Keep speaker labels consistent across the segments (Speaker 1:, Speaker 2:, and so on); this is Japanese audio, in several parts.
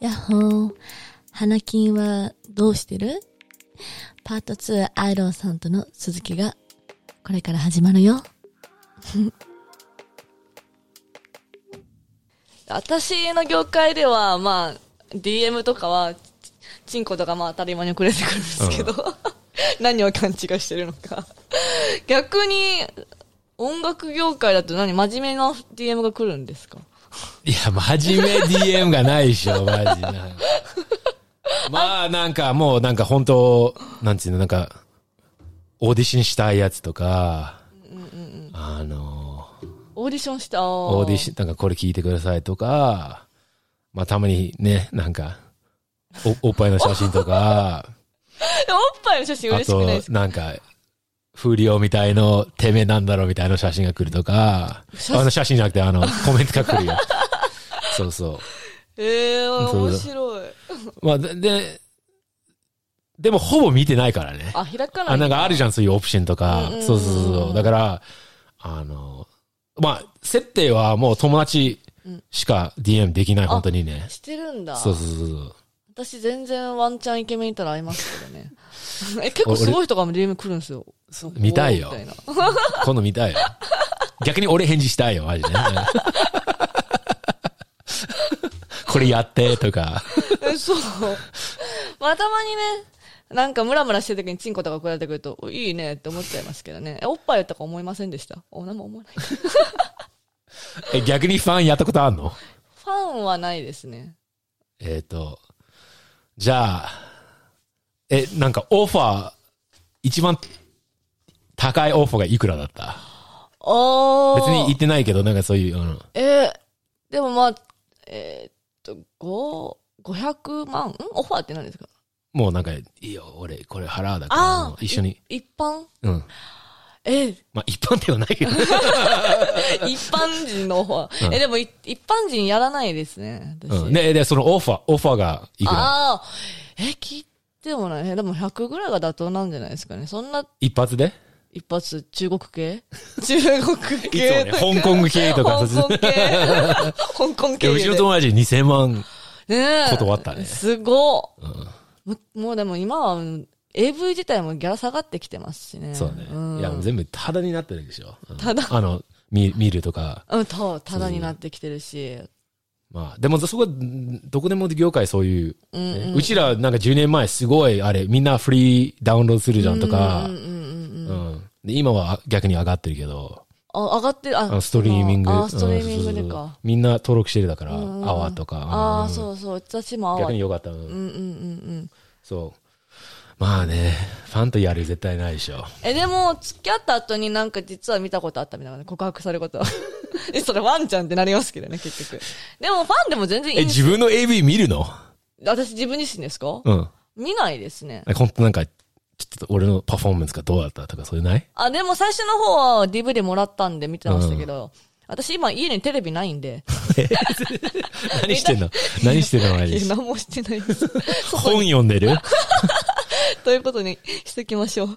Speaker 1: やっほー。花金はどうしてるパート2アイロンさんとの続きがこれから始まるよ。
Speaker 2: 私の業界では、まあ、DM とかは、ちチンコとかまあ当たり前に送れてくるんですけど、 何を勘違いしてるのか。逆に、音楽業界だと何真面目な DM が来るんですか
Speaker 3: いや、真面目 DM がないでしょ、マジな。まあ、なんかもう、なんか本当、なんていうの、なんか、オーディションしたいやつとか、あの、
Speaker 2: オーディションした。
Speaker 3: オーディション、なんかこれ聞いてくださいとか、まあたまにね、なんか、おおっぱいの写真とか、
Speaker 2: で もおっぱいの写真
Speaker 3: あ
Speaker 2: 嬉しくない
Speaker 3: と
Speaker 2: です、か
Speaker 3: なんか、風量みたいの、てめえなんだろうみたいな写真が来るとか、あの写真じゃなくて、あの、コメントが来るよ。そうそ
Speaker 2: ええ
Speaker 3: そう
Speaker 2: 面
Speaker 3: だ
Speaker 2: 白い。
Speaker 3: う。まあ、で、で、でもほぼ見てないからね。
Speaker 2: あ、開かない。
Speaker 3: あ、なんかあるじゃん、そういうオプションとか
Speaker 2: うんうんう。ん
Speaker 3: そうそうそう。だから、あの、まあ、設定はもう友達しか DM できない、本当にね。
Speaker 2: してるんだ。
Speaker 3: そうそうそうそう。
Speaker 2: 私全然ワンチャンイケメンいたら会いますけど ね。え、結構すごい人からも DM 来るんですよ。
Speaker 3: 見たいよ
Speaker 2: みな
Speaker 3: 今度見たいよ。逆に俺返事したいよ、マジ で。これやって、とか。
Speaker 2: え そう。まあ、たまにね、なんかムラムラしてる時にチンコとか送られてくると、おいいねって思っちゃいますけどね。えおっぱいとか思いませんでしたお、何も思わない。フ
Speaker 3: え、逆にファンやったことあんの
Speaker 2: ァンはないですね。
Speaker 3: えっ、と、じゃあ、え、なんかオファー、一番高いオファーがいくらだった
Speaker 2: あ
Speaker 3: 別に言ってないけど、なんかそういう、あの、
Speaker 2: えーでもまあ、えーっと、5、500万んオファーって何ですか
Speaker 3: もうなんか、いいよ、俺、これ払うだから、
Speaker 2: あ
Speaker 3: も
Speaker 2: あ
Speaker 3: う一緒に。
Speaker 2: い一般
Speaker 3: うん。
Speaker 2: え、
Speaker 3: まあ、一般ではないけ ど。
Speaker 2: 一般人のオファー。
Speaker 3: うん
Speaker 2: え、でもい一般人やらないですね。私。
Speaker 3: うん。で、で、そのオファー、オファーがいくら
Speaker 2: ああ、え、聞いてもない。えでも100ぐらいが妥当なんじゃないですかね。そんな
Speaker 3: 一発で
Speaker 2: 一発、中国 系中国
Speaker 3: いつ
Speaker 2: 系
Speaker 3: もね
Speaker 2: と、か。
Speaker 3: 香港系とか、そっ
Speaker 2: 香港
Speaker 3: ち
Speaker 2: 系香 港
Speaker 3: い
Speaker 2: 系
Speaker 3: や
Speaker 2: で。
Speaker 3: うちの友達2000万。
Speaker 2: ねえ
Speaker 3: 断ったね
Speaker 2: すごっ
Speaker 3: うん
Speaker 2: むもうでも今は、AV 自体もギャラ下がってきてますしね。
Speaker 3: そうね。
Speaker 2: ん、
Speaker 3: いや、もう全部タダになってるでしょ。うん
Speaker 2: タダ
Speaker 3: あの、見見るとか。
Speaker 2: うん、と、ただになってきてるし。
Speaker 3: まあ、でもそこは、んどこでも業界そういう、
Speaker 2: う
Speaker 3: ね
Speaker 2: ん、うん。
Speaker 3: うちらなんか10年前すごい、あれ、みんなフリーダウンロードするじゃんとか、
Speaker 2: う
Speaker 3: うん
Speaker 2: うんう
Speaker 3: ん
Speaker 2: んうんうん。
Speaker 3: で今は逆に上がってるけど、
Speaker 2: あ、上がってる、
Speaker 3: あ
Speaker 2: あ、
Speaker 3: のストリーミング。
Speaker 2: あ、ストリーミング
Speaker 3: うんそう
Speaker 2: で
Speaker 3: そうそう
Speaker 2: か。
Speaker 3: みんな登録してるだから、ア
Speaker 2: うんうん
Speaker 3: ワーとか。
Speaker 2: ああ、
Speaker 3: う
Speaker 2: そうそう。私も
Speaker 3: ん。
Speaker 2: 泡。
Speaker 3: 逆に良かった。うん
Speaker 2: うんうんうんうん。
Speaker 3: そう。まあね、ファンとやる絶対ないでしょ。
Speaker 2: え、でも、付き合った後になんか実は見たことあったみたいなね、告白されることは。 え、それワンちゃんってなりますけどね、結局。でもファンでも全然い
Speaker 3: え、
Speaker 2: いんです。
Speaker 3: 自分の AV 見るの
Speaker 2: 私自分自身ですか、
Speaker 3: うん。
Speaker 2: 見ないですね。
Speaker 3: なんか本当なんか、ちょっと俺のパフォーマンスがどうだったとか、それない
Speaker 2: あ、でも最初の方は DV でもらったんで見てましたけど、私今家にテレビないんで、
Speaker 3: 何してんの何してんのマ
Speaker 2: い
Speaker 3: ジ
Speaker 2: や
Speaker 3: で
Speaker 2: 何もしてないです。
Speaker 3: 本読んでる
Speaker 2: ということにしときましょう。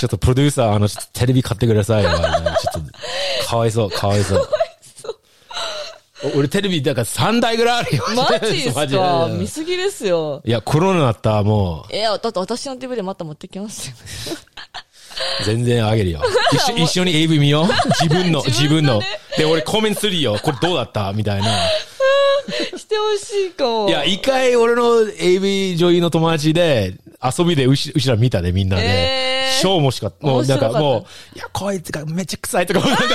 Speaker 3: ちょっとプロデューサー、あの、ちょっとテレビ買ってくださいよ。あのちょっと、かわいそう、かわいそう。 お俺テレビ、だから3台ぐらいあるよ。
Speaker 2: マジっす
Speaker 3: マで
Speaker 2: か見すぎですよ。
Speaker 3: いや、コロナだったらも
Speaker 2: いや、だって私の DV でまた持ってきますよ。
Speaker 3: う、全然あげるよ。一緒、一緒に AV 見よう。自分の、
Speaker 2: 自
Speaker 3: 自分
Speaker 2: 分の
Speaker 3: の
Speaker 2: ね。
Speaker 3: で、俺コメントするよ。これどうだったみたいな。
Speaker 2: してほしいかも。
Speaker 3: いや、一回俺の AV 女優の友達で、遊びでうし、うちら見たね、みんなで
Speaker 2: え。ー
Speaker 3: ショーもしかった。もうなんか
Speaker 2: 面白かった
Speaker 3: もう、いや、こいつがめっちゃ臭いとか、なんかす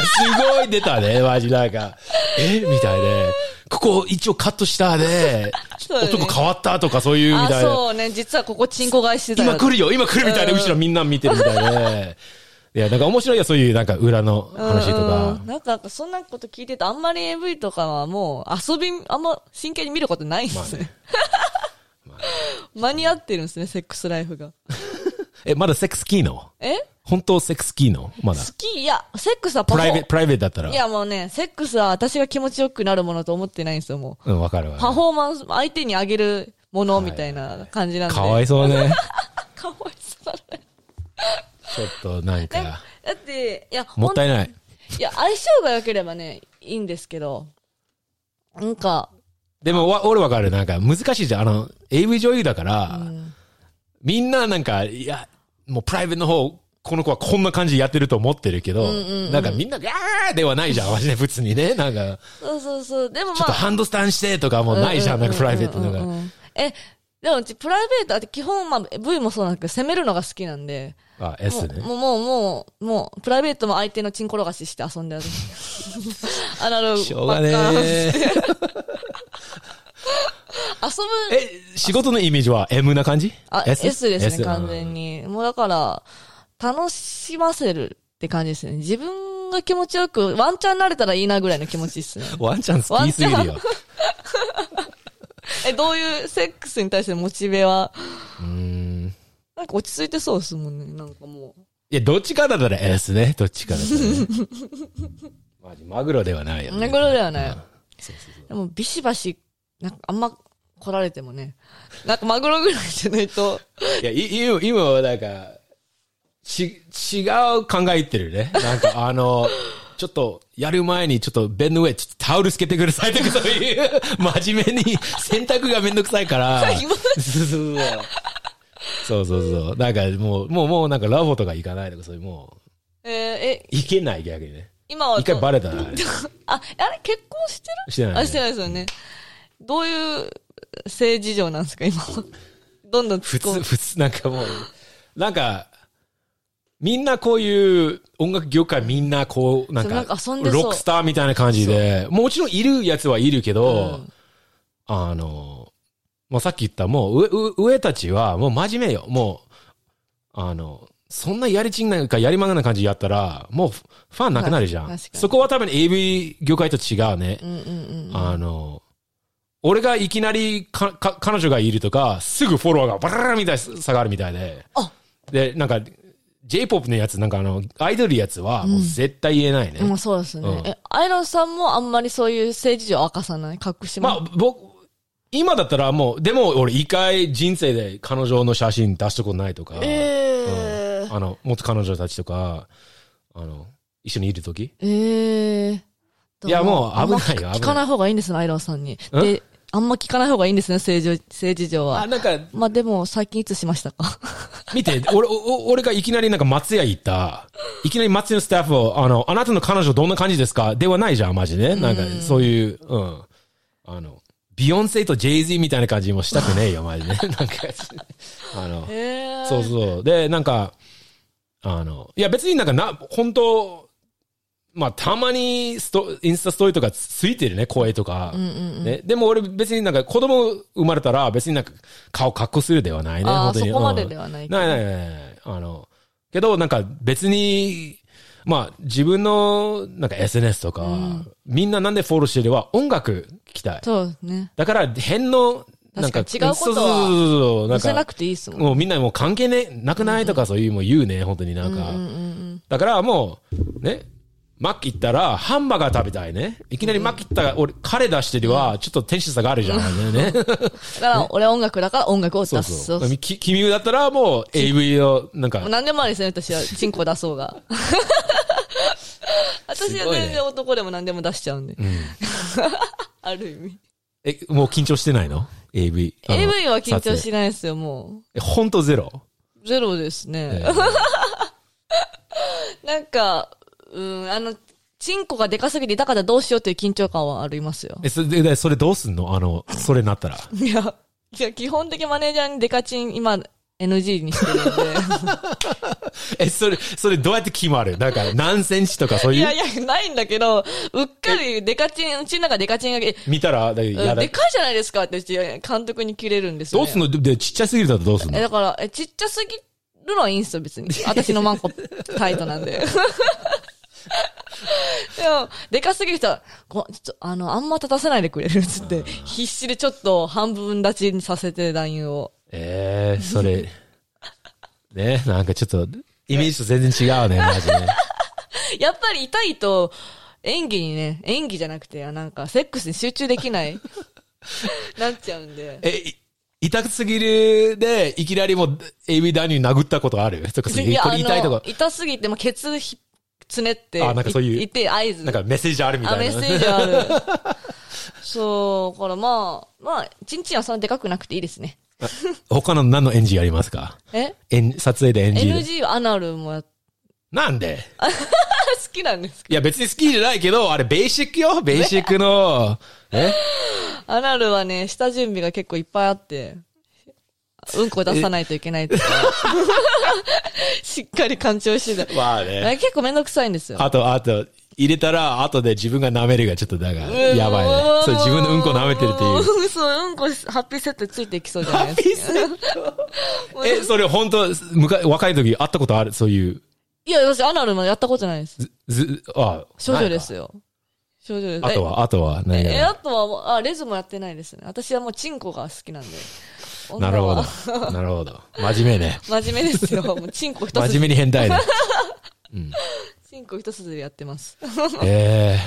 Speaker 3: ごい出た ね、マジなんか。えみたいで。ここ一応カットしたで、
Speaker 2: そうだね
Speaker 3: 男変わったとかそういうみ
Speaker 2: あ、
Speaker 3: たいな。
Speaker 2: そうね。実はここチンコ返してたよ
Speaker 3: 今来るよ、今来るみたいな、うちらみんな見てるみたい で。いや、なんか面白いよ、そういうなんか裏の話とか
Speaker 2: うん。なんか、そんなこと聞いてて、あんまり AV とかはもう遊び、あんま真剣に見ることないんですね。間に合ってるんですね、セックスライフが。
Speaker 3: え、まだセックスキーの
Speaker 2: え
Speaker 3: 本当セックスキーのまだ
Speaker 2: 好。きいや、セックスはパ
Speaker 3: プ
Speaker 2: フ
Speaker 3: ライ
Speaker 2: ォ
Speaker 3: ベ
Speaker 2: ー
Speaker 3: プライベートだったら
Speaker 2: い。やもうね、セックスは私が気持ちよくなるものと思ってないんですよ、も
Speaker 3: うん、わかるわ
Speaker 2: う。
Speaker 3: か
Speaker 2: パ
Speaker 3: る。
Speaker 2: フォーマンス、相手にあげるものみたい
Speaker 3: はいはいは
Speaker 2: ない感じなんで。
Speaker 3: かわいそう ね。
Speaker 2: かわいそうだね。
Speaker 3: ちょっとなんか、
Speaker 2: だって、いや、
Speaker 3: もったいない。
Speaker 2: いや、相性が良ければね、いいんですけど、なんか、
Speaker 3: でも、わ俺わかる。なんか、難しいじゃん。あの、AV 女優だから、みんななんか、いや、もうプライベートの方、この子はこんな感じでやってると思ってるけど、なんかみんな、ガーではないじゃん。マジで普通にね。なんか、
Speaker 2: そうそうそう。でも
Speaker 3: ちょ
Speaker 2: ま
Speaker 3: っと
Speaker 2: あ。
Speaker 3: ハンドスタンしてとかもうないじゃん。なんかプライベート
Speaker 2: の
Speaker 3: のが。
Speaker 2: え、でもうちプライベート、あと基本、まあ、V もそうなんだけど、攻めるのが好きなんで。
Speaker 3: あ、S ね。
Speaker 2: もう、もう、もう、もう、プライベートも相手のチン転がしして遊んである。アナログ。
Speaker 3: しょうがね
Speaker 2: バッカーン
Speaker 3: え。
Speaker 2: 遊ぶ。
Speaker 3: え、仕事のイメージは M な感じ
Speaker 2: あ、S, ですね、完。
Speaker 3: うん
Speaker 2: 全に。もうだから、楽しませるって感じですね。自分が気持ちよく、ワンチャンなれたらいいなぐらいの気持ちですね。
Speaker 3: ワンちゃん好きすぎるよ。
Speaker 2: え、どういうセックスに対してのモチベは、
Speaker 3: うーん。
Speaker 2: なんか落ち着いてそうですもんね。なんかもう。
Speaker 3: いや、どっちかだったら S ね。どっちかだったらね。マジ、マグロではないよね。
Speaker 2: マグロではない
Speaker 3: うんそうそうそう
Speaker 2: でも、ビシバシ、なんかあんま来られてもね。なんかマグロぐらいじゃないと、
Speaker 3: いや、い今、今はなんか、ち、違う考えてるね。なんか、あの、ちょっと、やる前に、ちょっと、ベンの上、ちょっとタオルつけてくださいとか、そういう、真面目に、洗濯がめんどくさいから。そうそうそう。そうそうそう。なんか、もう、もう、もう、なんか、ラボとか行かないとか、そういう、もう、
Speaker 2: えーえ、
Speaker 3: 行けない、逆にね。
Speaker 2: 今は。
Speaker 3: 一回バレたら、あれ
Speaker 2: あ、あれ結婚してる
Speaker 3: してない、ね。
Speaker 2: あ、してないですよね。どういう性事情なんですか、今。どんどん突
Speaker 3: 普
Speaker 2: っ込
Speaker 3: 通、
Speaker 2: む。
Speaker 3: 普通、なんかもう、なんか、みんなこういう音楽業界みんなこう、なん
Speaker 2: そう
Speaker 3: か、
Speaker 2: なんか遊んでそう
Speaker 3: ロックスターみたいな感じで、もちろんいるやつはいるけど、
Speaker 2: うん
Speaker 3: あの、もうさっき言った、もう上、上上たちはもう真面目よ。もう、あの、そんなやりちんなんかやりまんがな感じやったら、もうフファンなくなるじゃ
Speaker 2: まあ
Speaker 3: ん。
Speaker 2: 確かに
Speaker 3: そこは多分 AV 業界と違うね。
Speaker 2: うんうんうん。
Speaker 3: あの、俺がいきなりか、か、彼女がいるとか、すぐフォロワーがバラララみたいに下がるみたいで。
Speaker 2: あ
Speaker 3: で、なんか、J-POP のやつ、なんかあの、アイドルやつは、もう絶対言えないね。
Speaker 2: まあそうですね。
Speaker 3: うん
Speaker 2: え、アイロンさんもあんまりそういう政治情を明かさない隠し
Speaker 3: ま
Speaker 2: も。
Speaker 3: あ、僕、今だったらもう、でも俺一回人生で彼女の写真出したことないとか、
Speaker 2: え
Speaker 3: あの、元彼女たちとか、あの、一緒にいるとき。
Speaker 2: えええ
Speaker 3: いやもう
Speaker 2: あんま
Speaker 3: 危ないよ
Speaker 2: 聞かない方がいいんですね、アイロンさんに。
Speaker 3: ん
Speaker 2: で、あんま聞かない方がいいんですね、政治、政治情
Speaker 3: あ、
Speaker 2: は。
Speaker 3: なんか、
Speaker 2: まあでも、最近いつしましたか
Speaker 3: 見て、俺、おお俺がいきなりなんか松屋行った。いきなり松屋のスタッフを、あの、あなたの彼女どんな感じですかではないじゃん、マジで。なんか、そういう、うん。あの、ビヨンセとジェイジーみたいな感じもしたくねえよ、マジで。 なんか、あの、
Speaker 2: ええ
Speaker 3: そうそう。で、なんか、あの、いや別になんかな、本当まあたまにスト、インスタストーリーとかつついてるね、声とか。ね、でも俺別になんか子供生まれたら別になんか顔隠するではないね、
Speaker 2: あー
Speaker 3: 本当に。
Speaker 2: そこまで
Speaker 3: うん
Speaker 2: ではないけど
Speaker 3: ないないないない。あの、けどなんか別に、まあ自分のなんか SNS とか、みんななんでフォローしてるは音楽聞きたい。
Speaker 2: そうですね。
Speaker 3: だから変の、なんか
Speaker 2: 確かに違うことは
Speaker 3: そうそうそうそうなん
Speaker 2: 見
Speaker 3: か
Speaker 2: せなくていいですもん。
Speaker 3: もうみんなもう関係ね、なくないとかそういうもう言うね、本当になんか。だからもう、ね、マック行ったらハンバーガー食べたいね。いきなりマック行ったら、俺、彼出してるは、ちょっとテンション下があ るじゃん。ね、
Speaker 2: だから、俺は音楽だから音楽を
Speaker 3: そ
Speaker 2: 出
Speaker 3: う
Speaker 2: す。
Speaker 3: そ。
Speaker 2: そうう
Speaker 3: き君だったらもう AV の、なんか
Speaker 2: もう、何でもありですね、私は。チンコ出そうが。私
Speaker 3: す
Speaker 2: は
Speaker 3: ごいね
Speaker 2: 全然男でも何でも出しちゃうんで。ある意味。
Speaker 3: え、もう緊張してないの ?AV。あの
Speaker 2: AV は緊張
Speaker 3: 撮影
Speaker 2: しないですよ、も
Speaker 3: えほんとゼロ。
Speaker 2: う。ゼロですね。
Speaker 3: えー
Speaker 2: なんか、うん、あの、チンコがでかすぎて痛かったらどうしようっていう緊張感はありますよ。
Speaker 3: え、それで、でそれどうすんのあの、それなったら。
Speaker 2: いや、いや基本的にマネージャーにデカチン今 NG にしてるん
Speaker 3: え、それ、それどうやって決まるなんか、何センチとかそ う
Speaker 2: で。い
Speaker 3: い
Speaker 2: やいうや、ないんだけど、うっかりデカチン、うちの中デカチンが、え
Speaker 3: 見たら、だいやだ
Speaker 2: でかいじゃないですかってうち監督に切れるんですよ、
Speaker 3: ど
Speaker 2: ね。
Speaker 3: うすんのでで、ちっちゃすぎるだとどうすんの
Speaker 2: え、だから、え、ちっちゃすぎるのはいいんすよ、 別に。私のマンコタイトなんで。でも、でかすぎる人は、ごちょっと、あの、あんま立たせないでくれるっつって、必死でちょっと半分立ちにさせて、男優を。
Speaker 3: ええそれ。 ね、なんかちょっと、イメージと全然違 うね、マジね。
Speaker 2: やっぱり痛いと、演技にね、演技じゃなくて、あなんか、セックスに集中でき ない、なっちゃうんで。
Speaker 3: え、い痛すぎるで、いきなりもう、AV ダニー殴ったことあるとか、そういうこれ痛いとか、
Speaker 2: 痛すぎて、もうケツひ、つねって、
Speaker 3: あなんかそういう
Speaker 2: いって、合図。
Speaker 3: なんかメッセージあるみた
Speaker 2: あ、
Speaker 3: いな。
Speaker 2: メッセージある。そう、だからまあ、まあ、ちんちんはそんなでかくなくていいですね。
Speaker 3: 他の何の NG ありますか
Speaker 2: え
Speaker 3: えん撮影で NG で。
Speaker 2: ?NG はアナルもやっ好
Speaker 3: なんで
Speaker 2: きなんですけ
Speaker 3: いや別に好きじゃないけど、あれベーシックよベーシック の。え
Speaker 2: ど。 アナルはね、下準備が結構いっぱいあって、うんこ出さないといけないと か、しっかり勘違いしてた。
Speaker 3: まあね。
Speaker 2: 結構めんどくさいんですよ。
Speaker 3: あと、あと、入れたら後で自分が舐めるがちょっとだが、やばいね。そう、自分のうんこ舐めてるっていう。
Speaker 2: う。 そう、うんこハッピーセットついてきそうじゃないですか。
Speaker 3: え、それ本当むか若い時会ったことあるそういう。
Speaker 2: いや、私、アナルもやったことないです。
Speaker 3: ず、ず、あ、
Speaker 2: 少女です
Speaker 3: よ。
Speaker 2: よ。少女です。
Speaker 3: あとは、あとは、何
Speaker 2: え、え
Speaker 3: や
Speaker 2: あとはもう、あ、レズもやってないですね。私はもう、チンコが好きなんで。
Speaker 3: ろなるほ
Speaker 2: 女は。
Speaker 3: ど。なるほど。真面目 ね。
Speaker 2: 真面目ですよ。もう、チンコ一
Speaker 3: 真面
Speaker 2: つ、
Speaker 3: 目に 変態ね。
Speaker 2: チンコ一つでやってます。
Speaker 3: え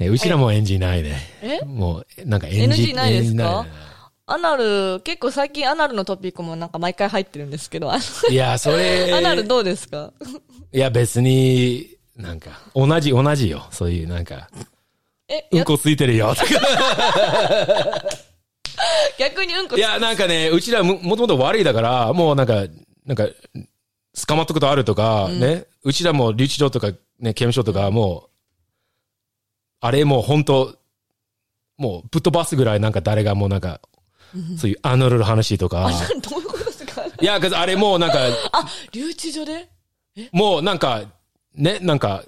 Speaker 3: ーえ、うちらもエンジンないね。
Speaker 2: え
Speaker 3: もう、なんかエンジ ン
Speaker 2: NG ないですか
Speaker 3: エンジン
Speaker 2: アナル、結構最近アナルのトピックもなんか毎回入ってるんですけど、あ
Speaker 3: いや、そ れ。
Speaker 2: アナルどうですか
Speaker 3: いや、別に、なんか、同じ、同じよ。そういう、なんか、
Speaker 2: え、
Speaker 3: うん
Speaker 2: や
Speaker 3: こついてるよ。とか
Speaker 2: 逆にうんこ
Speaker 3: いや、なんかね、うちらも、もともと悪いだから、もうなんか、なんか、捕まったことあるとか、ね、うちらも留置場とか、ね、刑務所とか、もう、あれもう本当もうぶっ飛ばすぐらいなんか誰がもうなんか、そういうアナルの話とか
Speaker 2: ア。ナルどういうことですか
Speaker 3: いや、あれもうなんか、
Speaker 2: あ、 留置所で
Speaker 3: もうなんか、ね、なんか、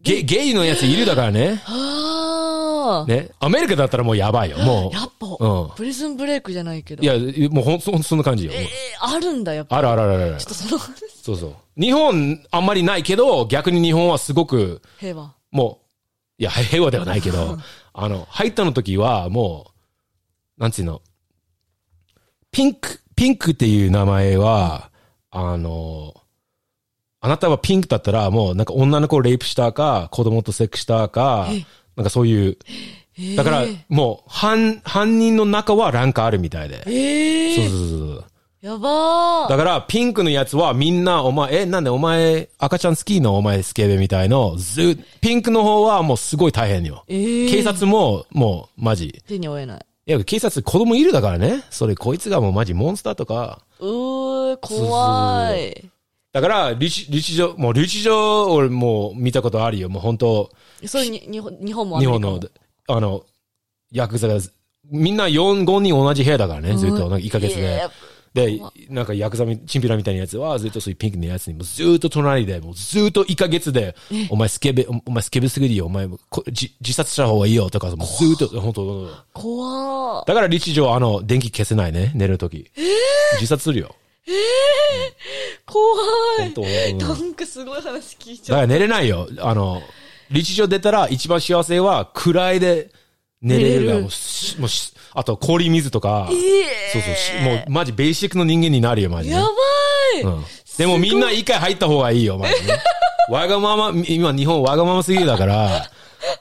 Speaker 3: ゲゲイのやついるだからね。
Speaker 2: ああ、
Speaker 3: ね。アメリカだったらもうやばいよ。もう。
Speaker 2: やっぱ、
Speaker 3: うん
Speaker 2: プリズンブレイクじゃないけど。
Speaker 3: いや、もうほん、そんそんな感じよ。もう
Speaker 2: えー、あるんだ、やっぱ。
Speaker 3: あるあるあるある。
Speaker 2: ちょっとその 話、
Speaker 3: そうそう。日本、あんまりないけど、逆に日本はすごく、
Speaker 2: 平和。
Speaker 3: もう、いや、平和ではないけど、あの、入ったの時は、もう、なんつうの、ピンク、ピンクっていう名前は、あの、あなたはピンクだったら、もう、なんか女の子をレイプしたか、子供とセックスしたか、なんかそういう、だから
Speaker 2: えー、
Speaker 3: もう、犯、犯人の中はランクあるみたいで。
Speaker 2: え
Speaker 3: そう
Speaker 2: え
Speaker 3: そうそうそう。
Speaker 2: やばー。
Speaker 3: だから、ピンクのやつはみんな、お前、え、なんでお前、赤ちゃん好きのお前スケベみたいの、ず、ピンクの方はもうすごい大変よ。
Speaker 2: ええ
Speaker 3: 警察も、もう、マジ。
Speaker 2: 手に負えない。
Speaker 3: いや、警察子供いるだからね。それ、こいつがもうマジモンスターとか。
Speaker 2: うー、怖い。
Speaker 3: だから、留置、留置所、もう留置所、俺もう見たことあるよ。もう本当
Speaker 2: そういうに日本日本もアメ
Speaker 3: 日
Speaker 2: リカ
Speaker 3: 本
Speaker 2: も
Speaker 3: の、あの、ヤクザが、みんな4、5人同じ部屋だからね、ずっと、なんか1ヶ月
Speaker 2: いや
Speaker 3: で
Speaker 2: やっ。
Speaker 3: で、なんかヤクザみ、チンピラみたいなやつは、ずっとそういうピンクのやつに、もうずっと隣で、もうずっと1ヶ月で、お前スケベ、おお前スケベすぎるよ、お前こじ自殺した方がいいよとか、もうずっと、本当
Speaker 2: 怖ー。
Speaker 3: だから立地上、あの、電気消せないね、寝るとき。自殺するよ。
Speaker 2: 怖
Speaker 3: 本
Speaker 2: い。
Speaker 3: 当うんだ
Speaker 2: なんかすごい話聞いちゃ
Speaker 3: か
Speaker 2: う。
Speaker 3: ら寝れないよ。あの、立地上出たら一番幸せは、暗いで寝れる
Speaker 2: 寝れ
Speaker 3: が、
Speaker 2: る
Speaker 3: もうし、もうし、あと氷水とか、
Speaker 2: え
Speaker 3: そうそうし、もうマジベーシックの人間になるよ、マジ
Speaker 2: え
Speaker 3: ね。
Speaker 2: やばい。
Speaker 3: うんでもみんな一回入った方がいいよ、まずね。わがまま、今日本わがまますぎるだから、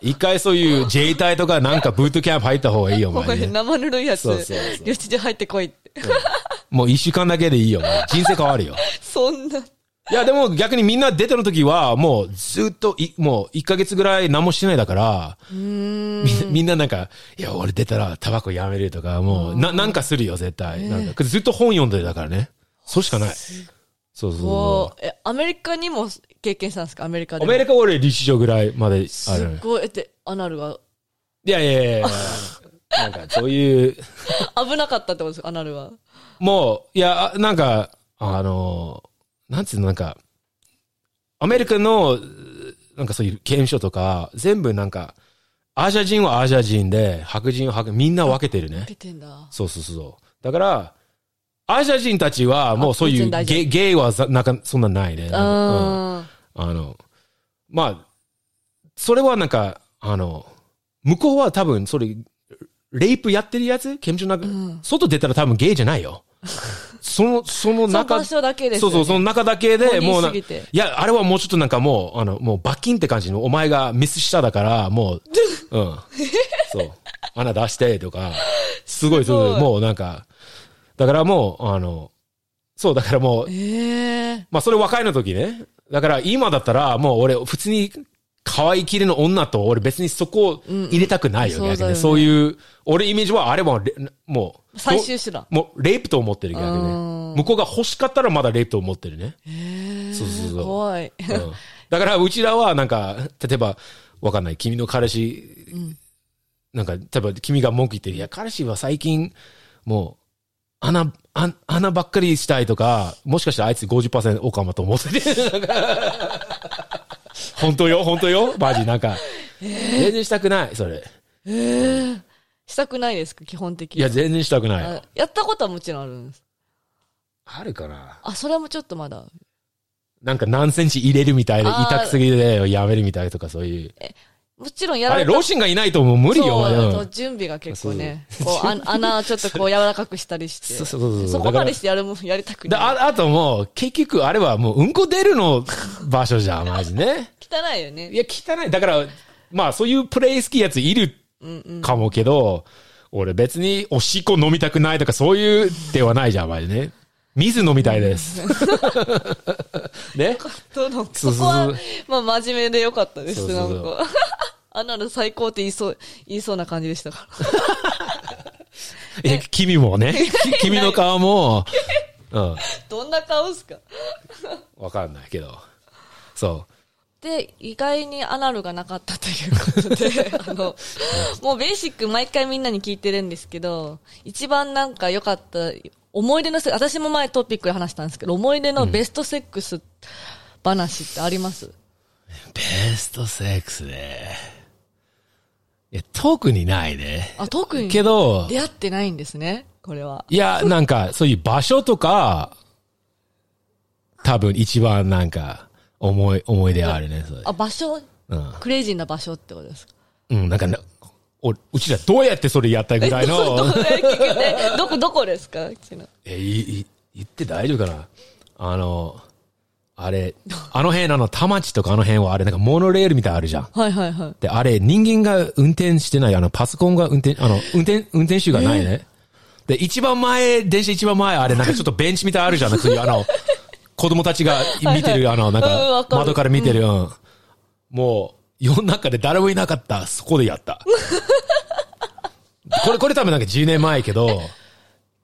Speaker 3: 一回そういう自衛隊とかなんかブートキャンプ入った方がいいよ、
Speaker 2: ご
Speaker 3: ま
Speaker 2: め
Speaker 3: ず
Speaker 2: ん、
Speaker 3: ね。
Speaker 2: 生ぬるいやつ
Speaker 3: そうそうそう。
Speaker 2: 留置所入ってこいって。
Speaker 3: もう一週間だけでいいよ、まあ人生変わるよ。
Speaker 2: そんな。
Speaker 3: いや、でも逆にみんな出てる時は、もうずっとい、もう一ヶ月ぐらい何もしてないだから、みんなみんななんか、いや、俺出たらタバコやめるとか、もう、な、なんかするよ、絶対。なんかずっと本読んでるだからね。それしかない。そうそうそう
Speaker 2: も。う、え、アメリカにも経験したんですかアメリカで
Speaker 3: ア
Speaker 2: も。
Speaker 3: メリカ俺、立地上ぐらいまであ
Speaker 2: すっ
Speaker 3: る。
Speaker 2: ごい、えって、アナルが、
Speaker 3: いやいやいやいや なんかそういう、
Speaker 2: 危なかったってことですかアナルは。
Speaker 3: もう、いや、あなんか、あの、なんつうの、なんか、アメリカの、なんかそういう刑務所とか、全部なんか、アジア人はアジア人で、白人は白人、みんな分けてるね
Speaker 2: 受。けてんだ。
Speaker 3: そうそうそうそう。だから、アジア人たちはもうそう
Speaker 2: 別
Speaker 3: い
Speaker 2: に
Speaker 3: う
Speaker 2: 大丈夫
Speaker 3: ゲイゲイはざなんかそんなないね。うん
Speaker 2: あ
Speaker 3: あの、まあ、それはなんか、あの、向こうは多分、それ、レイプやってるやつ刑務所の中、外出たら多分ゲイじゃないよ。 その、そ
Speaker 2: ー。その
Speaker 3: の中、
Speaker 2: 場所だけですよ
Speaker 3: そうそう、
Speaker 2: ね。
Speaker 3: その中だけで、もう
Speaker 2: 公
Speaker 3: な、
Speaker 2: 認す
Speaker 3: い
Speaker 2: ぎて
Speaker 3: や、あれはもうちょっとなんかもう、あの、もう罰金って感じの、お前がミスしただから、も う、うん。そう。穴出して、とか、すごい、す
Speaker 2: すごい
Speaker 3: ごい、もうなんか、だからもう、あの、そう、だからもう、
Speaker 2: ええー。
Speaker 3: まあそれ若いの時ね。だから今だったらもう俺普通に可愛い綺麗の女と、俺別にそこを入れたくないよ、
Speaker 2: うんうん
Speaker 3: 逆にね。
Speaker 2: そ
Speaker 3: そうう
Speaker 2: だ
Speaker 3: いう、俺イメージはあれば、れもう、
Speaker 2: 最終手段
Speaker 3: どもう、レイプと思ってる、逆に
Speaker 2: うん
Speaker 3: ね。向こうが欲しかったらまだレイプと思ってるね。そうそうそう。
Speaker 2: 怖い。
Speaker 3: うんだから、うちらは、なんか、例えば、わかんない、君の彼氏、なんか、例えば、君が文句言ってる、いや、彼氏は最近、もう、穴、あ穴ばっかりしたいとか、もしかしたらあいつ50%オカマと思って て、なんか本当よ、本当よ、マジ、なんか、全然したくない、それ。
Speaker 2: したくないですか、基本的
Speaker 3: い
Speaker 2: に。
Speaker 3: や、全然したくない
Speaker 2: あ。やったことはもちろんあるんです。
Speaker 3: あるかな
Speaker 2: あ、それもちょっとまだ。
Speaker 3: なんか何センチ入れるみたいで、
Speaker 2: あー
Speaker 3: 痛くすぎでやめるみたいとかそういう。
Speaker 2: もちろんや
Speaker 3: あ
Speaker 2: ら
Speaker 3: れ、
Speaker 2: れた
Speaker 3: 老人がいないともう無理よ、
Speaker 2: そう
Speaker 3: うん
Speaker 2: そう準備が結構ね、こう、あ穴をちょっとこう柔らかくしたりして。
Speaker 3: そうそうそうそう
Speaker 2: そこまでしてやるもん、やりたく
Speaker 3: で、
Speaker 2: ない。
Speaker 3: あ、あともう、結局あれはもう、うんこ出るの場所じ ゃん、マジね。
Speaker 2: 汚いよね。
Speaker 3: いや、汚い。だから、まあ、そういうプレイ好きやついるかもけど、俺別におしっこ飲みたくないとかそういうではないじゃん、マジね。水飲みたい です。ね。
Speaker 2: どのそ
Speaker 3: そうそうそう
Speaker 2: こは、まあ真面目でよかったです、
Speaker 3: そうそうそう
Speaker 2: なんか。 あんなの最高って言いそう、言いそうな感じでしたから。
Speaker 3: え、君もね。き君の顔も、うん。
Speaker 2: どんな顔っすか
Speaker 3: わかんないけど。そ
Speaker 2: で、意外にアナルがなかったということで、 あの、もうベーシック毎回みんなに聞いてるんですけど、一番なんか良かった、思い出のせ、私も前トピックで話したんですけど、思い出のベストセックス話ってあります、
Speaker 3: う。ベストセックスね。いや、特にないね。
Speaker 2: あ、特に
Speaker 3: け
Speaker 2: 出
Speaker 3: ど、
Speaker 2: 会ってないんですね、これは。
Speaker 3: いや、なんか、そういう場所とか、多分一番なんか、思い、思い出あるね、それ。
Speaker 2: あ、場所、
Speaker 3: うん。
Speaker 2: クレイジーな場所ってことですか
Speaker 3: うん、なんかな、おうちらどうやってそれやったぐら いの、
Speaker 2: えどこ、どこですかうちの
Speaker 3: え、い、い、言って大丈夫かなあの、あれ、あの辺のあの、田町とかあの辺はあれ、なんかモノレールみたいなのあるじゃん。
Speaker 2: はいはいはい。
Speaker 3: で、あれ、人間が運転してない、あの、パソコンが運転、あの、運転、運転手がないね。で、一番前、電車一番前、あれ、なんかちょっとベンチみたいあるじゃ ん、なんかそういう、あの、子供たちが見てる、あの、なん
Speaker 2: うんわ
Speaker 3: か、
Speaker 2: かる
Speaker 3: 窓から見てる、うん。もう、世の中で誰もいなかった、そこでやった。 これ、これ多分なんか10年前やけど、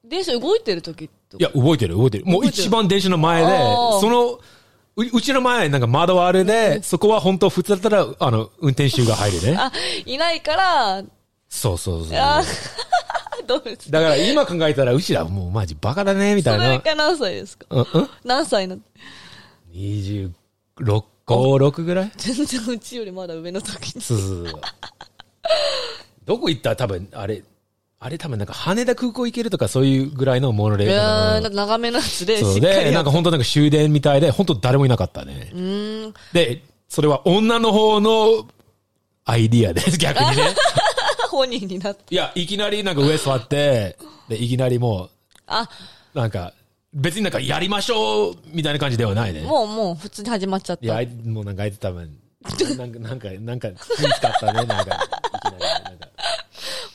Speaker 2: 電車動いてる時って
Speaker 3: いや、動いてる、動いてる。もう
Speaker 2: 動いてる
Speaker 3: 一番電車の前で
Speaker 2: あー、
Speaker 3: その、ううちの前、なんか窓はあれで、そこは本当普通だったら、あの、運転手が入るね。
Speaker 2: あ、いないから、
Speaker 3: そうそうそう。
Speaker 2: あ どうです
Speaker 3: だから今考えたら、うちらもうマジバカだね、みた
Speaker 2: そ
Speaker 3: い
Speaker 2: れ
Speaker 3: な。
Speaker 2: が何歳ですか
Speaker 3: うんうん
Speaker 2: 何歳の
Speaker 3: ?26、5、6ぐらい
Speaker 2: 全然うちよりまだ上の時に。
Speaker 3: そうそうそう。どこ行ったら多分、あれ、あれ多分なんか羽田空港行けるとかそういうぐらいのモノレー
Speaker 2: い
Speaker 3: ルか
Speaker 2: やー、な
Speaker 3: な
Speaker 2: んか長めのやつで、
Speaker 3: そ
Speaker 2: し
Speaker 3: う
Speaker 2: っかり
Speaker 3: で、な
Speaker 2: や
Speaker 3: んか本当なんか終電みたいで、本当誰もいなかったね。で、それは女の方のアイデ ィアです、逆にね。
Speaker 2: 本人になって。
Speaker 3: いや、いきなりなんか上座って、で、いきなりも
Speaker 2: あ、
Speaker 3: う、なんか、別になんかやりましょう、みたいな感じではないね。
Speaker 2: もうもう普通に始まっちゃっ
Speaker 3: いや、あ
Speaker 2: た。
Speaker 3: いもうなんかあいつ多分、なんか、なんか、なんか、気使ったね、なんか、いきなり、なんか。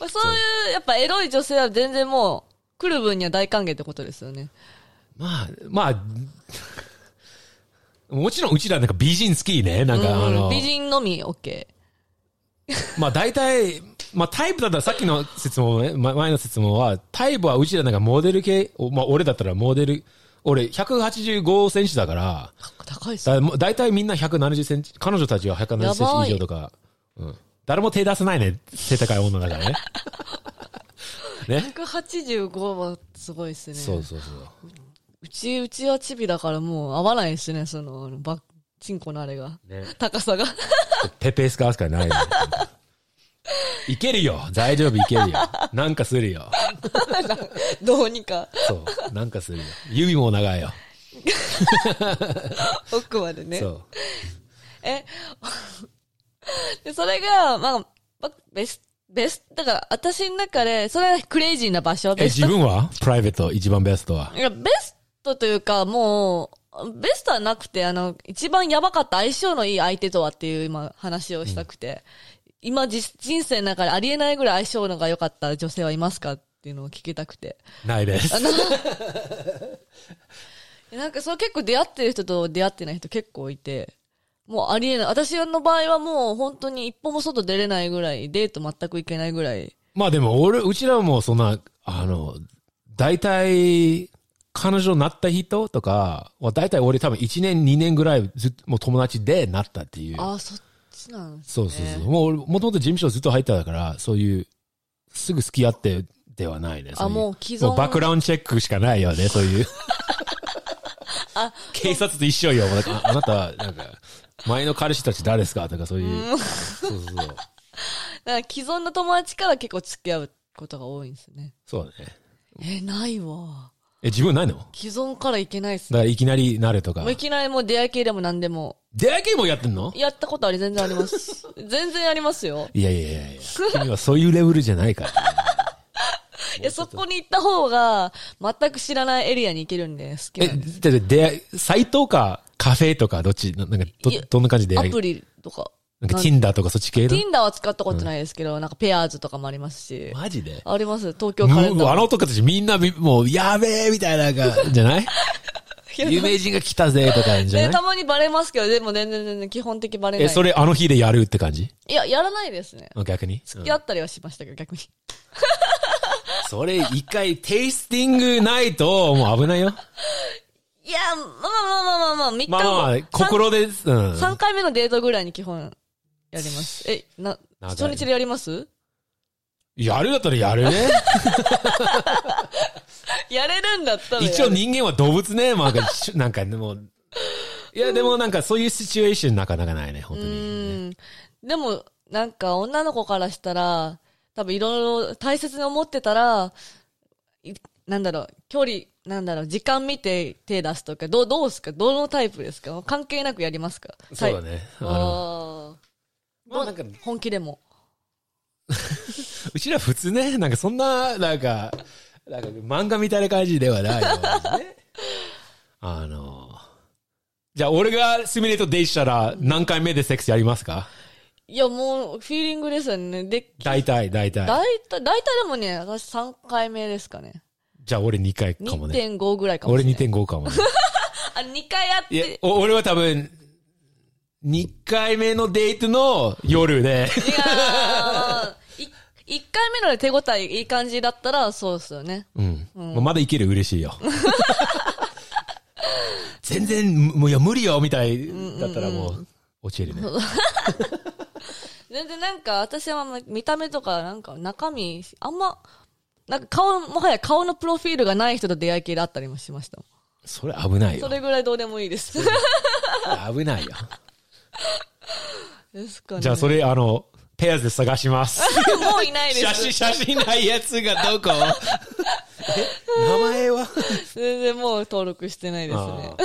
Speaker 2: まあそういう、やっぱエロい女性は全然もう、来る分には大歓迎ってことですよね。
Speaker 3: まあ、まあ、もちろんうちらなんか美人好きね、なんかあ
Speaker 2: う
Speaker 3: の
Speaker 2: ん、、美人のみ OK。
Speaker 3: まあ大体、まあタイプだったらさっきの質問ね、ま前の質問は、タイプはうちらなんかモデル系、おまあ俺だったらモデル、俺185センチだから、
Speaker 2: 高いっすね
Speaker 3: だ大体みんな170センチ、彼女たちは170センチ以上とか、うん。誰も手出せないね、背高い女 だからね。ね。
Speaker 2: 185はすごいですね。
Speaker 3: そうそうそう。
Speaker 2: うち、うちはチビだからもう合わないですね、その、あのバッ、チンコのあれが。
Speaker 3: ね
Speaker 2: 高さが。
Speaker 3: ペペスカーしかないよ。いけるよ。大丈夫、いけるよ。なんかするよ。
Speaker 2: どうにか、
Speaker 3: そう。なんかするよ。指も長いよ。
Speaker 2: 奥までね。
Speaker 3: そ
Speaker 2: え、 でそれが、まあ、まあ、ベス、ベス、だから私の中で、それはクレイジーな場所、
Speaker 3: う。え、
Speaker 2: ベス
Speaker 3: 自
Speaker 2: ト。。
Speaker 3: 分はプライベート、一番ベストはい
Speaker 2: や、ベストというか、もう、ベストはなくて、あの、一番やばかった相性のいい相手とはっていう今話をしたくて、今じ人生の中でありえないぐらい相性のが良かった女性はいますかっていうのを聞きたくて。
Speaker 3: ないです。
Speaker 2: なんかそう結構出会ってる人と出会ってない人結構いて、もうありえない。私の場合はもう本当に一歩も外出れないぐらい、デート全く行けないぐらい。
Speaker 3: まあでも、俺、うちらもそんな、あの、大体、彼女になった人とかは、大体俺多分1年、2年ぐらいずっと、もう友達でなったっていう。
Speaker 2: ああ、そっちなんです
Speaker 3: そう
Speaker 2: ね。
Speaker 3: そうそう。もう俺、もともと事務所ずっと入ってたから、そういう、すぐ付き合ってではないね。
Speaker 2: あ、もう
Speaker 3: う
Speaker 2: 既存。
Speaker 3: もうバックグラウンドチェックしかないよね、そういう。
Speaker 2: あ、
Speaker 3: 警察と一緒よ。もうなんかああなた、なんか、前の彼氏たち誰ですかとかそういう。そうそうそう。
Speaker 2: なんか既存の友達から結構付き合うことが多いんですね。
Speaker 3: そうだね。
Speaker 2: え、ないわ。
Speaker 3: え、自分ないのだか
Speaker 2: 既存からいけないっすね。
Speaker 3: らいきなりなれとか
Speaker 2: もう。いきなりもう出会い系でも何でも。
Speaker 3: 出会い系もやってんの
Speaker 2: やったことあり、全然あり ます。全然ありますよ。
Speaker 3: いやいやいやいや。君はそういうレベルじゃないから。
Speaker 2: いや、そこに行った方が、全く知らないエリアに行けるんで、好き
Speaker 3: え、
Speaker 2: なんで
Speaker 3: だって出会い、サイトかカフェとかどっち、ななんかど
Speaker 2: いや、
Speaker 3: どんな感じで
Speaker 2: ア
Speaker 3: 出会い
Speaker 2: プリとか。
Speaker 3: なんか Tinder とかそっち系の
Speaker 2: Tinder は使ったことないですけど、なんかペアーズとかもありますし。
Speaker 3: マジで
Speaker 2: あります東
Speaker 3: う
Speaker 2: 京
Speaker 3: ん
Speaker 2: カ
Speaker 3: あ
Speaker 2: レンダー。
Speaker 3: の男たちみんなみ、もう、やべえみたいななん か、じゃない有名人が来たぜとかじゃ
Speaker 2: ね、
Speaker 3: な
Speaker 2: た
Speaker 3: い
Speaker 2: まにバレますけど、でも全然全然基本的バレない。
Speaker 3: え、それあの日でやるって感じ
Speaker 2: いや、やらないですね。
Speaker 3: 逆に
Speaker 2: 付き合ったりはしましたけど、逆に。
Speaker 3: それ一回テイスティングないと、もう危ないよ。
Speaker 2: いや、まあまあまあまあまあ、3日
Speaker 3: まあまあ、心で、うん。
Speaker 2: 3回目のデートぐらいに基本やります。え、な、初
Speaker 3: 長い
Speaker 2: 日でやります
Speaker 3: やるだったらやるね。
Speaker 2: やれるんだったらやる。
Speaker 3: 一応人間は動物ね、まあ、しなんかでも、いやでもなんかそういうシチュエーションなかなかないね、本当
Speaker 2: う
Speaker 3: に。
Speaker 2: ん。でも、なんか女の子からしたら、多分いろいろ大切に思ってたら、いなんだろう、距離、なんだろう、時間見て手出すとか、どう、どうすかどのタイプですか関係なくやりますか
Speaker 3: そうだ
Speaker 2: ね。
Speaker 3: ね。あの
Speaker 2: あー
Speaker 3: まあなんか、
Speaker 2: 本気でも。
Speaker 3: うちら普通ね、なんかそんな、なんか、なんか漫画みたいな感じでは ないよ、マジであの、じゃあ俺がシミュレートデイしたら何回目でセックスやりますか
Speaker 2: いや、もう、フィーリングですよね。で、
Speaker 3: 大体、大体。
Speaker 2: 大体、大体でもね、私3回目ですかね。
Speaker 3: じゃあ俺2回かもね。
Speaker 2: 2.5ぐらいかもし
Speaker 3: 俺
Speaker 2: れない。
Speaker 3: 2.5かもね。
Speaker 2: あ、2回やっ
Speaker 3: いや
Speaker 2: て、、
Speaker 3: お俺は多分、2回目のデートの夜で、
Speaker 2: いやー、い一回目ので手応えいい感じだったら、そうですよね。
Speaker 3: うん。もうまだいける嬉しい よ。全然、もういや無理よみたいだったらもう、落ちるね。
Speaker 2: 全然なんか、私はま見た目とか、なんか中身、あんま、なんか顔、もはや顔のプロフィールがない人と出会い系だったりもしましたもん。
Speaker 3: それ危ないよ
Speaker 2: そ。れぐらいどうでもいいです。
Speaker 3: 危ないよ。
Speaker 2: ですかね。
Speaker 3: じゃあそれ、あの、ペアーズで探します。
Speaker 2: もういないです。
Speaker 3: 写真、写真ないやつがどこえ名前は
Speaker 2: 全然もう登録してないですね
Speaker 3: あ。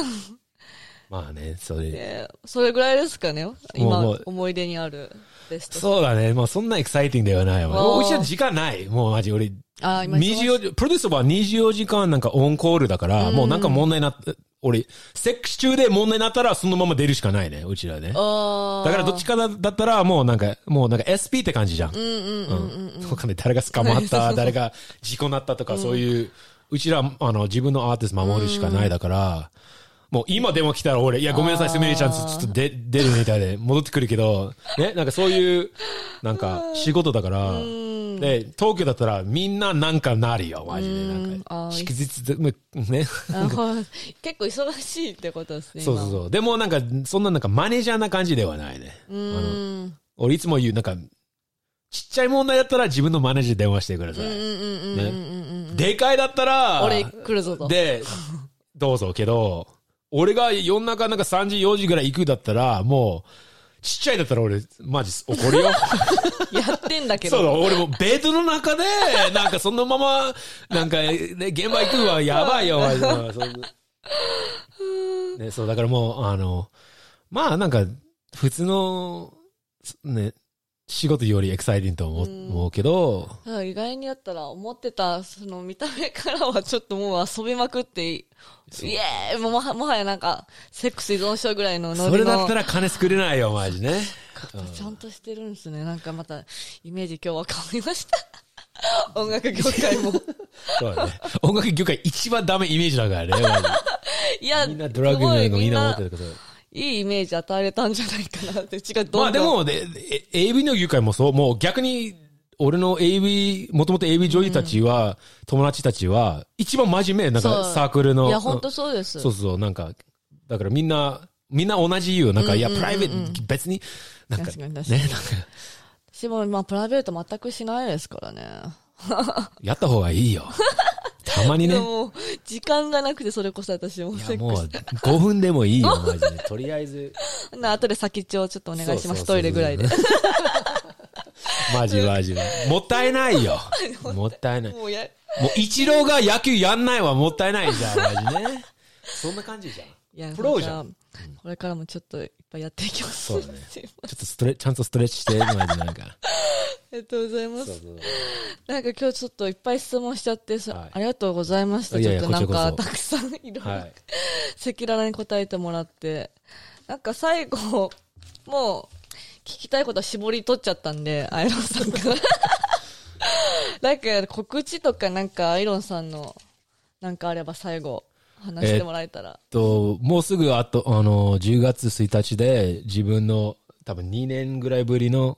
Speaker 3: まあね、それ。
Speaker 2: えーそれぐらいですかね。今
Speaker 3: もう、
Speaker 2: 思い出にあるベスト。
Speaker 3: そうだね。もうそんなエキサイティングではないわ。
Speaker 2: わあ
Speaker 3: もううちは時間ない。もうマジ俺。
Speaker 2: あー今忙しい
Speaker 3: 24時、プロデューサーは24時間なんかオンコールだから、もうなんか問題な、俺、セックス中で問題になったらそのまま出るしかないね、うちらね。だ
Speaker 2: あ
Speaker 3: からどっちかだだったらもうなんか、もうなんか SP って感じじゃん。うんうんうん。わかんない。誰が捕ま った、誰が事故になったとか、そういう、うちら、あの、自分のアーティスト守るしかないだから、もう今でも来たら俺、いや、ごめんなさい、すみれちゃん、ちょっと出、出るみたいで、戻ってくるけど、ね、なんかそういう、なんか、仕事だから、で、東京だったらみんななんかなるよ、マジで。なん
Speaker 2: あ
Speaker 3: か、
Speaker 2: ー
Speaker 3: 祝日で、もうね。
Speaker 2: あー結構忙しいってことですね。
Speaker 3: そうそうそう。でもなんか、そんななんかマネージャーな感じではないね。
Speaker 2: う。うん。
Speaker 3: 俺いつも言う、なんか、ちっちゃい問題だったら自分のマネージャーに電話してくださ
Speaker 2: うん
Speaker 3: い。
Speaker 2: うんうんうんうんうんうん。
Speaker 3: でかいだったら、
Speaker 2: 俺来るぞと。
Speaker 3: で、どうぞけど、俺が夜中なんか3時、4時ぐらい行くだったら、もう、ちっちゃいだったら俺、マジ怒るよ。
Speaker 2: やってんだけ
Speaker 3: そうだ、
Speaker 2: ど。
Speaker 3: 俺もベッドの中 で、なんかそのまま、なんか、ね、現場行くわ、やばい よ、マジでそうね、そう、だからもう、あの、まあなんか、普通の、ね、仕事よりエキサイティングと思う思うけど、
Speaker 2: あ意外にやったら思ってた、その見た目からはちょっともう遊びまくっていい、イエーイもうもはもはやなんか、セックス依存症ぐらいのノ
Speaker 3: そ
Speaker 2: リ
Speaker 3: れ
Speaker 2: の
Speaker 3: だったら金作れないよ、マジね。
Speaker 2: ちゃんとしてるんですね。なんかまた、イメージ今日は変わりました。音楽業界も。
Speaker 3: そうだね。音楽業界一番ダメイメージだからね。マジで
Speaker 2: いや、
Speaker 3: みんなドラッグにな
Speaker 2: す
Speaker 3: るの
Speaker 2: ごい
Speaker 3: みんな思って
Speaker 2: みん
Speaker 3: るけど。
Speaker 2: いいいイメージ与えれたんじゃないかなって。違う、どんどん
Speaker 3: まあで、も、でえ AV の業界もそう、もう逆に、俺の AV、もともと AV 女優たちは、友達たちは、一番真面目、なんか
Speaker 2: そう
Speaker 3: サークルの。
Speaker 2: いや、本当そうです。
Speaker 3: そうそう、なんか、だからみんな、みんな同じ言うよ。なんか、いや、プライベート、別に、なんか、
Speaker 2: 確か
Speaker 3: ね、
Speaker 2: に
Speaker 3: なん
Speaker 2: 確
Speaker 3: か
Speaker 2: かに、私も、まあ、プライベート全くしないですからね。
Speaker 3: やった方がい いよ。たまにね。
Speaker 2: で
Speaker 3: い
Speaker 2: も、時間がなくて、それこそ私も。
Speaker 3: や、もう、5分でもいいよ、マジで。とりあえず。
Speaker 2: な、後で先っちょをちょっとお願いします。
Speaker 3: そうそうそうそう
Speaker 2: トイレぐらいで。
Speaker 3: マジマジ。もったいな いよ。もったいない。も
Speaker 2: もうや、
Speaker 3: う、一郎が野球やんないはもったいないじゃん、マジね。そんな感じじゃん。
Speaker 2: いや
Speaker 3: プロじゃん。
Speaker 2: だからこれからもちょっといっぱいやっていきます。
Speaker 3: そうだね
Speaker 2: すいま
Speaker 3: ちょっとストレちゃんとストレッチして、マジなんか。
Speaker 2: せんありがとうございま
Speaker 3: そう
Speaker 2: す。
Speaker 3: そう
Speaker 2: なんか今日ちょっといっぱい質問しちゃって、そ
Speaker 3: はい
Speaker 2: ありがとうございました。
Speaker 3: い
Speaker 2: ち
Speaker 3: やい
Speaker 2: ょっ
Speaker 3: や
Speaker 2: となんか
Speaker 3: こちらこ
Speaker 2: たくさんいろいろ
Speaker 3: はい。
Speaker 2: 赤裸々に答えてもらって。なんか最後、もう、聞きたいことは絞り取っちゃったんで、アイロンさん から。なんか告知とかなんかアイロンさんの、なんかあれば最後、話してもらえたら。
Speaker 3: と、もうすぐあと、あの、10月1日で自分の多分2年ぐらいぶりの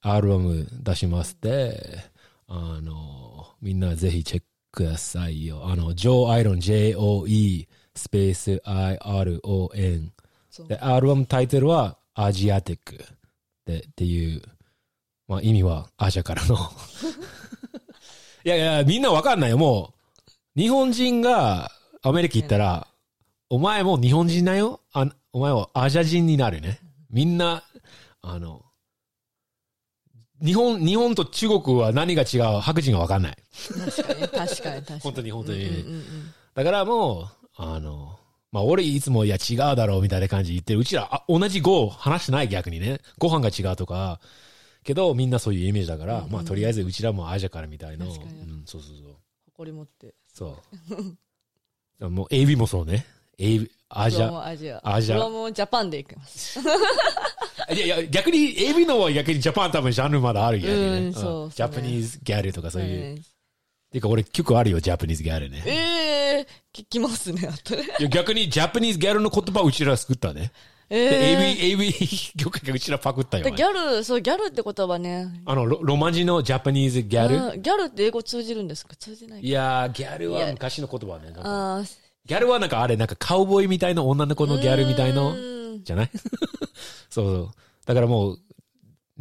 Speaker 3: アルバム出しますで、あの、みんなぜひチェックくださいよ。あの、Joe Iron, J-O-E, スペース I-R-O-N。
Speaker 2: そう
Speaker 3: で、アルバムタイトルはアジアティックで、っていう、まあ意味はアジアからの。 いやいや、みんなわかんないよ。もう、日本人がアメリカ行ったら、お前もう日本人だよ。あお前はアジア人になるね。みんな、あの、日本、日本と中国は何が違う白人がわかんない。
Speaker 2: 確かに、確かに、確かに。
Speaker 3: 本当に本当に
Speaker 2: うんうんうん
Speaker 3: だからもう、あの、まあ、俺いつも、いや、違うだろう、みたいな感じで言ってる。うちら、あ同じ語を話してない、逆にね。ご飯が違うとか、けど、みんなそういうイメージだから、まあ、とりあえず、うちらもアジアからみたいな。う
Speaker 2: 確かに
Speaker 3: ん、そうそうそう。
Speaker 2: 誇り持って。
Speaker 3: そう。もう、AV もそうね。AV、ア
Speaker 2: ア
Speaker 3: ジア。
Speaker 2: もアジア。
Speaker 3: アジア
Speaker 2: プロもジャパンで行きます。
Speaker 3: いやいや、逆に、AV の方は逆に、ジャパン多分ジャンルまだあるよね。
Speaker 2: うん
Speaker 3: ん
Speaker 2: そうです
Speaker 3: ジ
Speaker 2: ね
Speaker 3: ャパニーズギャルとかそういう。
Speaker 2: はい
Speaker 3: てか、俺、曲あるよ、ジャパニーズギャルね。
Speaker 2: ええ聞きますね、あとね。
Speaker 3: いや逆に、ジャパニーズギャルの言葉、うちら作ったね。
Speaker 2: え
Speaker 3: で
Speaker 2: え
Speaker 3: AV、AV 業界がうちらパクったよ
Speaker 2: で。ギャル、そう、ギャルって言葉ね。
Speaker 3: あの、ロロマ字のジャパニーズギャル。
Speaker 2: うんギャルって英語通じるんですか通じない
Speaker 3: いやー、ギャルは昔の言葉ね。なんか
Speaker 2: ああ、
Speaker 3: ギャルはなんかあれ、なんかカウボーイみたいな女の子のギャルみたいうの、
Speaker 2: ーん
Speaker 3: じゃない そうそう。だからもう、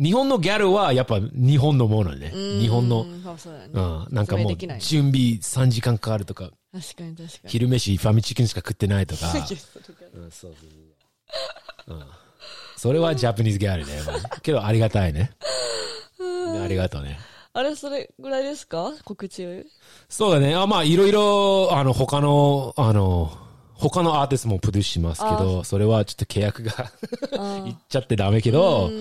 Speaker 3: 日本のギャルはやっぱ日本のものね。日本の
Speaker 2: う、んまあそうだね
Speaker 3: うん、なんかも
Speaker 2: 説明で
Speaker 3: う
Speaker 2: きない
Speaker 3: 準備3時間かかるとか、
Speaker 2: 確かに確かに。
Speaker 3: 昼飯ファミチキンしか食ってない とか。うん、そうそうそう。うん。それはジャパニーズギャルね。まあけどありがたいね。ありがとうね。
Speaker 2: あれ、それぐらいですか告知を。
Speaker 3: そうだね。あまあ、いろいろ、あの、他の、あの、他のアーティストもプロデュースしますけど、それはちょっと契約が いっちゃってダメけど、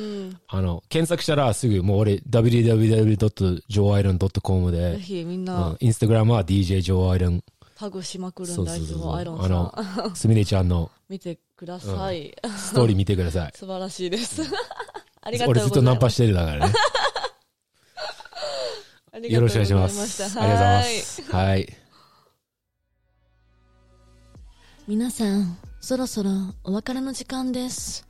Speaker 3: あの、検索したらすぐ、もう俺、www.joeisland.com
Speaker 2: ぜ
Speaker 3: で、
Speaker 2: ひみん
Speaker 3: う
Speaker 2: な、
Speaker 3: ん、インスタグラムは DJJoeisland。
Speaker 2: タグしまくる
Speaker 3: そ
Speaker 2: ん
Speaker 3: う
Speaker 2: だ
Speaker 3: そう
Speaker 2: い
Speaker 3: そ
Speaker 2: つ
Speaker 3: うそ
Speaker 2: も、
Speaker 3: う。
Speaker 2: アイロン
Speaker 3: あ
Speaker 2: さん。
Speaker 3: の、すみれちゃんの
Speaker 2: 見てください。。
Speaker 3: ストーリー見てください
Speaker 2: 素晴らしい です。ありがとうござ
Speaker 3: 俺
Speaker 2: いま
Speaker 3: ず
Speaker 2: す。
Speaker 3: っとナンパしてるだからね。
Speaker 2: ありがと
Speaker 3: よ
Speaker 2: う
Speaker 3: ろ
Speaker 2: ご
Speaker 3: しく
Speaker 2: ざ
Speaker 3: お願いしま
Speaker 2: した
Speaker 3: す。ありがとうございま。す。はい。
Speaker 1: 皆さん、そろそろお別れの時間です。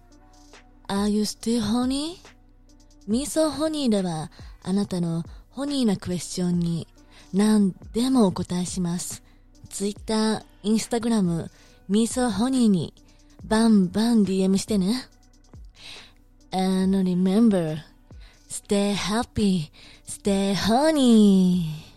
Speaker 1: Are you still honey?Me so honey では、あなたのホニーなクエスチョンに何でもお答えします。Twitter、Instagram、Me so honey にバンバン DM してね。And remember, stay happy, stay honey.